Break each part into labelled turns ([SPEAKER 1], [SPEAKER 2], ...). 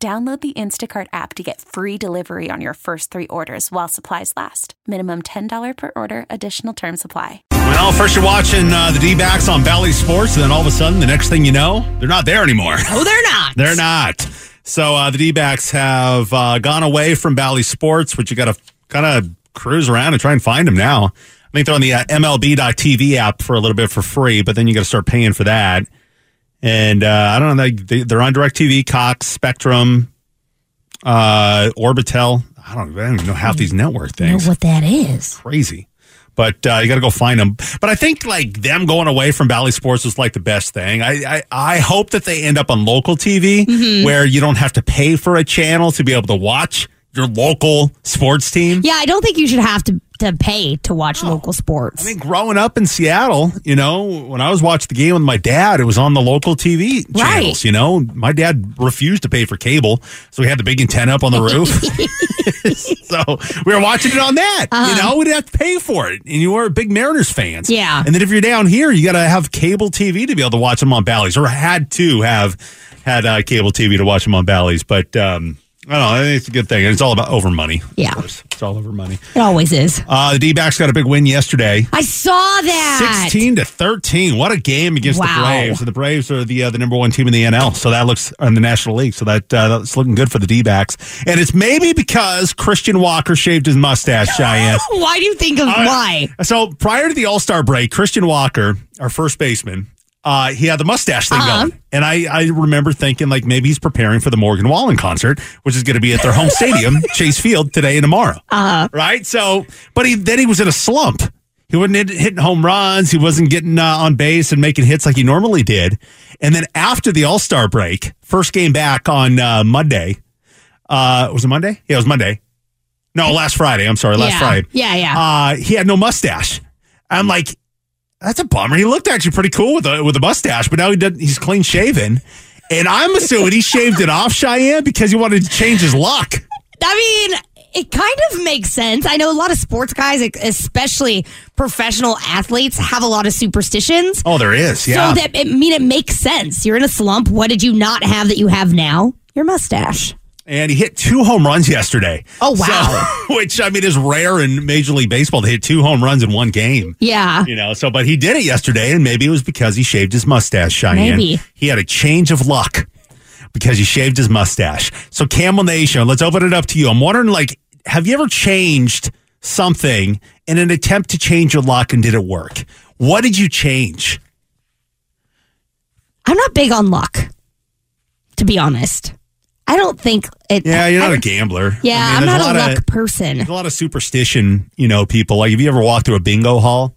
[SPEAKER 1] Download the Instacart app to get free delivery on your first three orders while supplies last. Minimum $10 per order, additional term supply.
[SPEAKER 2] Well, first you're watching uh, the D backs on Valley Sports, and then all of a sudden, the next thing you know, they're not there anymore.
[SPEAKER 3] No, they're not.
[SPEAKER 2] They're not. So uh, the D backs have uh, gone away from Valley Sports, which you got to kind of cruise around and try and find them now. I think they're on the uh, MLB.TV app for a little bit for free, but then you got to start paying for that. And uh, I don't know, they, they- they're on DirecTV, Cox, Spectrum, uh, Orbitel. I don't, I don't even know half these network
[SPEAKER 3] I don't
[SPEAKER 2] things
[SPEAKER 3] know what that is.
[SPEAKER 2] crazy. But uh, you got to go find them. But I think like them going away from Valley Sports was like the best thing. I I, I hope that they end up on local TV where you don't have to pay for a channel to be able to watch your local sports team.
[SPEAKER 3] Yeah, I don't think you should have to, to pay to watch local sports.
[SPEAKER 2] I mean, growing up in Seattle, you know, when I was watching the game with my dad, it was on the local TV channels.
[SPEAKER 3] Right.
[SPEAKER 2] You know, my dad refused to pay for cable, so we had the big antenna up on the roof. so we were watching it on that.
[SPEAKER 3] Uh-huh.
[SPEAKER 2] You know, we didn't have to pay for it, and you were big Mariners fans.
[SPEAKER 3] Yeah.
[SPEAKER 2] And then if you're down here, you got to have cable TV to be able to watch them on Bally's, or had to have had uh, cable TV to watch them on Bally's. But um, I don't know. I think it's a good thing. It's all about over money. of
[SPEAKER 3] Yeah.
[SPEAKER 2] course. It's all over money.
[SPEAKER 3] it always is.
[SPEAKER 2] Uh, the D backs got a big win yesterday.
[SPEAKER 3] I saw that.
[SPEAKER 2] 16 to 13. What a game against the
[SPEAKER 3] Wow.
[SPEAKER 2] Braves. And the Braves are the uh, the number one team in the NL. So that looks in the National League. So that uh, that's looking good for the D backs. And it's maybe because Christian Walker shaved his mustache, Cheyenne.
[SPEAKER 3] Why do you think of why?
[SPEAKER 2] So prior to the All Star break, Christian Walker, our first baseman, uh, he had the mustache thing
[SPEAKER 3] Uh-huh.
[SPEAKER 2] going. And I, I remember thinking, like, maybe he's preparing for the Morgan Wallen concert, which is going to be at their home stadium, Chase Field, today and tomorrow.
[SPEAKER 3] Uh,
[SPEAKER 2] Uh-huh. Right? So, but he then he was in a slump. He wasn't hit, hitting home runs. He wasn't getting uh, on base and making hits like he normally did. And then after the All Star break, first game back on uh, Monday, uh, was it Monday? Yeah, it was Monday. No, last Friday. I'm sorry, last
[SPEAKER 3] yeah.
[SPEAKER 2] Friday
[SPEAKER 3] Yeah, yeah.
[SPEAKER 2] uh, he had no mustache. I'm like, that's a bummer. He looked actually pretty cool with a with a mustache, but now he doesn't, he's clean shaven. And I'm assuming he shaved it off Cheyenne because he wanted to change his look.
[SPEAKER 3] I mean, it kind of makes sense. I know a lot of sports guys, especially professional athletes, have a lot of superstitions.
[SPEAKER 2] Oh, there is. Yeah.
[SPEAKER 3] So that it mean it makes sense. You're in a slump. What did you not have that you have now? Your mustache.
[SPEAKER 2] and he hit two home runs yesterday.
[SPEAKER 3] Oh, wow.
[SPEAKER 2] So- which, I mean, is rare in Major League Baseball to hit two home runs in one game.
[SPEAKER 3] Yeah.
[SPEAKER 2] You know, so, but he did it yesterday, and maybe it was because he shaved his mustache, Cheyenne.
[SPEAKER 3] Maybe.
[SPEAKER 2] He had a change of luck because he shaved his mustache. So, Camel Nation, let's open it up to you. I'm wondering, like, have you ever changed something in an attempt to change your luck and did it work? What did you change?
[SPEAKER 3] I'm not big on luck, to be honest. I don't think it.
[SPEAKER 2] Yeah, you're not
[SPEAKER 3] I-
[SPEAKER 2] a gambler.
[SPEAKER 3] Yeah,
[SPEAKER 2] I
[SPEAKER 3] I'm
[SPEAKER 2] mean, there's
[SPEAKER 3] not a
[SPEAKER 2] lot of-
[SPEAKER 3] luck person.
[SPEAKER 2] There's a lot of superstition, you know, people. Like, if you ever walk through a bingo hall?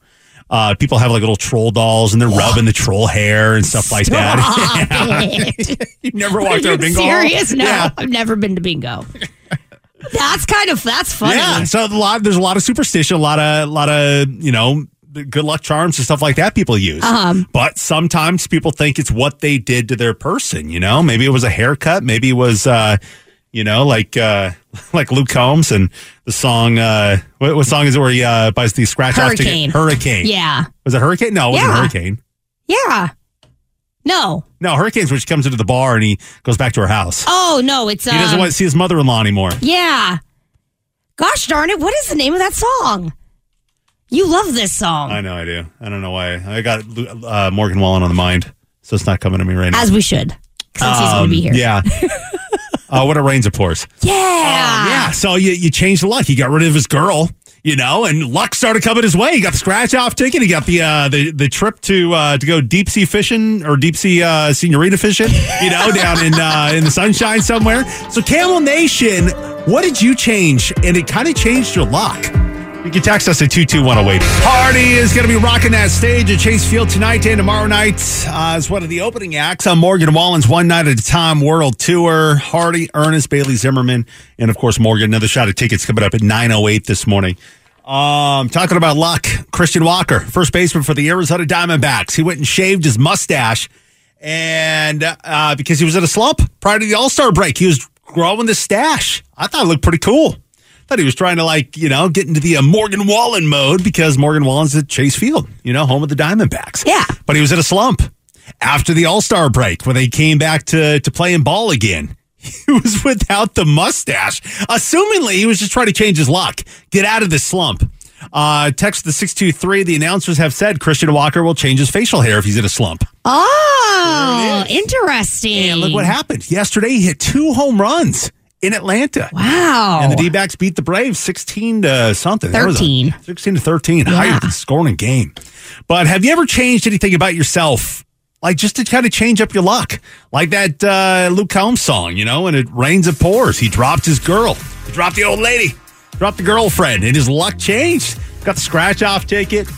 [SPEAKER 2] Uh, people have like little troll dolls and they're rubbing the troll hair and stuff like that.
[SPEAKER 3] Stop it.
[SPEAKER 2] You've never
[SPEAKER 3] Are
[SPEAKER 2] walked through a
[SPEAKER 3] you
[SPEAKER 2] bingo hall?
[SPEAKER 3] serious? No,
[SPEAKER 2] Yeah.
[SPEAKER 3] I've never been to bingo. That's kind of that's funny.
[SPEAKER 2] Yeah, so a lot there's a lot of superstition, a lot of a lot of you know good luck charms and stuff like that people use.
[SPEAKER 3] Um.
[SPEAKER 2] but sometimes people think it's what they did to their person. You know, maybe it was a haircut, maybe it was uh, you know like uh, like Luke Combs and the song. Uh, what, what song is it where he uh, buys the scratch
[SPEAKER 3] Hurricane.
[SPEAKER 2] off ticket? Hurricane.
[SPEAKER 3] Yeah.
[SPEAKER 2] was it Hurricane? No, it wasn't
[SPEAKER 3] Yeah.
[SPEAKER 2] Hurricane.
[SPEAKER 3] Yeah. No.
[SPEAKER 2] No, Hurricane's which comes into the bar and he goes back to her house.
[SPEAKER 3] Oh no, it's um,
[SPEAKER 2] He doesn't want to see his mother-in-law anymore.
[SPEAKER 3] Yeah. Gosh darn it, what is the name of that song? You love this song.
[SPEAKER 2] I know I do. I don't know why. I got uh, Morgan Wallen on the mind, so it's not coming to me right now.
[SPEAKER 3] As we should. Since he's gonna
[SPEAKER 2] Um,
[SPEAKER 3] be here.
[SPEAKER 2] Yeah. uh, when it rains, it pours.
[SPEAKER 3] Yeah.
[SPEAKER 2] yeah. So you, you changed the luck. He got rid of his girl, you know, and luck started coming his way. He got the scratch off ticket. He got the uh, the the trip to uh, to go deep sea fishing or deep sea uh, senorita fishing, you know, down in uh, in the sunshine somewhere. So Camel Nation, what did you change? And it kind of changed your luck. You can text us at 22108. Hardy oh is going to be rocking that stage at Chase Field tonight and tomorrow night uh, as one of the opening acts on Morgan Wallen's One Night at a Time World Tour. Hardy, Ernest, Bailey Zimmerman, and of course Morgan. Another shot of tickets coming up at 908 this morning. Um, talking about luck, Christian Walker, first baseman for the Arizona Diamondbacks. He went and shaved his mustache and uh, because he was in a slump prior to the All Star break, he was growing the stash. I thought it looked pretty cool. Thought he was trying to like you know get into the uh, Morgan Wallen mode because Morgan Wallen's at Chase Field, you know, home of the Diamondbacks.
[SPEAKER 3] Yeah.
[SPEAKER 2] but he was in a slump after the All Star break when they came back to to playing ball again. He was without the mustache. Assumingly, he was just trying to change his luck, get out of the slump. Uh, text the 623. The announcers have said Christian Walker will change his facial hair if he's in a slump.
[SPEAKER 3] Oh, interesting.
[SPEAKER 2] And look what happened. Yesterday, he hit two home runs in Atlanta.
[SPEAKER 3] Wow.
[SPEAKER 2] And the D backs beat the Braves 16 to something. There was a-
[SPEAKER 3] 13.
[SPEAKER 2] 16 to 13. Higher than scoring game. But have you ever changed anything about yourself? Like just to kind of change up your luck. Like that uh, Luke Combs song, you know, and it rains and pours. He dropped his girl. He dropped the old lady. Dropped the girlfriend. And his luck changed. Got the scratch off ticket.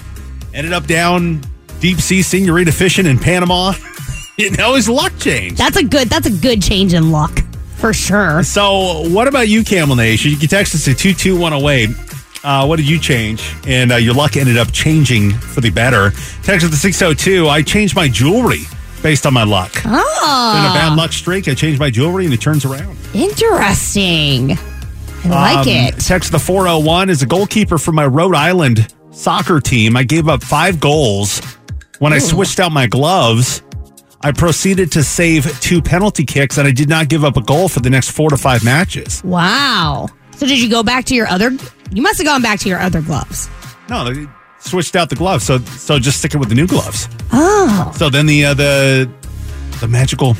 [SPEAKER 2] Ended up down deep sea senorita fishing in Panama. you know, his luck changed.
[SPEAKER 3] That's a good. That's a good change in luck for sure.
[SPEAKER 2] So, what about you, Camel Nation? You can text us at 22108. Uh, what did you change? And uh, your luck ended up changing for the better. Text us to 602. I changed my jewelry based on my luck. In a
[SPEAKER 3] Oh,
[SPEAKER 2] bad luck streak, I changed my jewelry and it turns around.
[SPEAKER 3] interesting. I like
[SPEAKER 2] Um,
[SPEAKER 3] it.
[SPEAKER 2] Text the 401 is a goalkeeper for my Rhode Island soccer team. I gave up five goals when I switched out my gloves. I proceeded to save two penalty kicks and I did not give up a goal for the next four to five matches.
[SPEAKER 3] Wow. So did you go back to your other? You must have gone back to your other gloves.
[SPEAKER 2] No, they switched out the gloves. So so just sticking with the new gloves.
[SPEAKER 3] Oh,
[SPEAKER 2] So then the uh, the the magical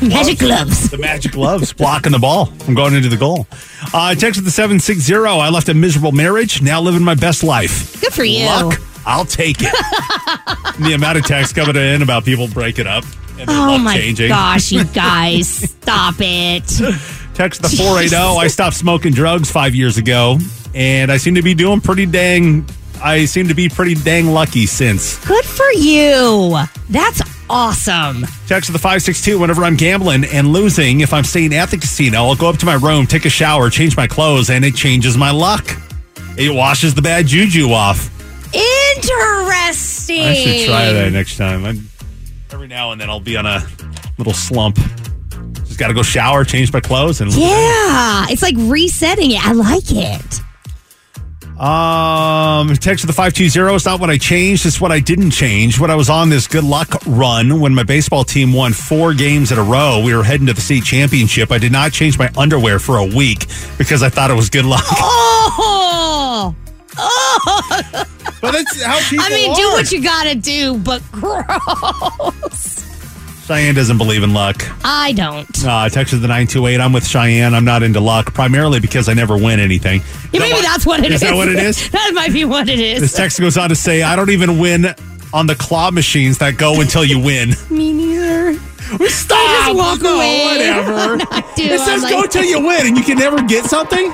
[SPEAKER 3] magic gloves.
[SPEAKER 2] the magic gloves blocking the ball from going into the goal. Uh, I texted the seven six zero. I left a miserable marriage. Now living my best life.
[SPEAKER 3] Good for you.
[SPEAKER 2] Luck, I'll take it. And the amount of texts coming in about people breaking up. And their
[SPEAKER 3] Oh
[SPEAKER 2] luck
[SPEAKER 3] my
[SPEAKER 2] changing.
[SPEAKER 3] gosh, you guys, stop it.
[SPEAKER 2] Text the 480. I stopped smoking drugs five years ago, and I seem to be doing pretty dang. I seem to be pretty dang lucky since.
[SPEAKER 3] Good for you. That's awesome.
[SPEAKER 2] Text the 562 whenever I'm gambling and losing. If I'm staying at the casino, I'll go up to my room, take a shower, change my clothes, and it changes my luck. It washes the bad juju off.
[SPEAKER 3] Interesting.
[SPEAKER 2] I should try that next time. I'm, every now and then I'll be on a little slump. Just got to go shower, change my clothes, and
[SPEAKER 3] Yeah, it's like resetting it. I like it.
[SPEAKER 2] Um, text to the 520. It's not what I changed. It's what I didn't change. When I was on this good luck run, when my baseball team won four games in a row, we were heading to the state championship. I did not change my underwear for a week because I thought it was good luck.
[SPEAKER 3] Oh,
[SPEAKER 2] But that's how people
[SPEAKER 3] I mean,
[SPEAKER 2] are.
[SPEAKER 3] do what you gotta do, but gross.
[SPEAKER 2] Cheyenne doesn't believe in luck.
[SPEAKER 3] I don't.
[SPEAKER 2] Uh, text to the 928. I'm with Cheyenne. I'm not into luck, primarily because I never win anything.
[SPEAKER 3] Yeah, maybe that's what it is.
[SPEAKER 2] Is that what it is?
[SPEAKER 3] that might be what it
[SPEAKER 2] This
[SPEAKER 3] is.
[SPEAKER 2] text goes on to say, I don't even win on the claw machines that go until you win.
[SPEAKER 3] Me neither.
[SPEAKER 2] Stop.
[SPEAKER 3] just walk
[SPEAKER 2] No,
[SPEAKER 3] away.
[SPEAKER 2] Whatever.
[SPEAKER 3] I do.
[SPEAKER 2] It says
[SPEAKER 3] I'm
[SPEAKER 2] go
[SPEAKER 3] like-
[SPEAKER 2] till you win, and you can never get something.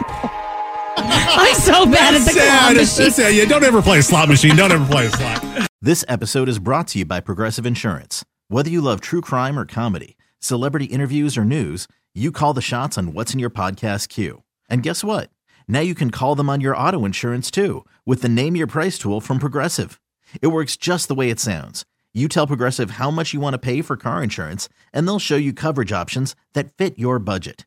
[SPEAKER 3] I'm so bad at the claw
[SPEAKER 2] Sad.
[SPEAKER 3] machine.
[SPEAKER 2] That's sad. Yeah, don't ever play a slot machine. Don't ever play a slot.
[SPEAKER 4] This episode is brought to you by Progressive Insurance. Whether you love true crime or comedy, celebrity interviews or news, you call the shots on what's in your podcast queue. And guess what? Now you can call them on your auto insurance too with the Name Your Price tool from Progressive. It works just the way it sounds. You tell Progressive how much you want to pay for car insurance, and they'll show you coverage options that fit your budget.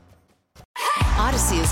[SPEAKER 5] Odyssey is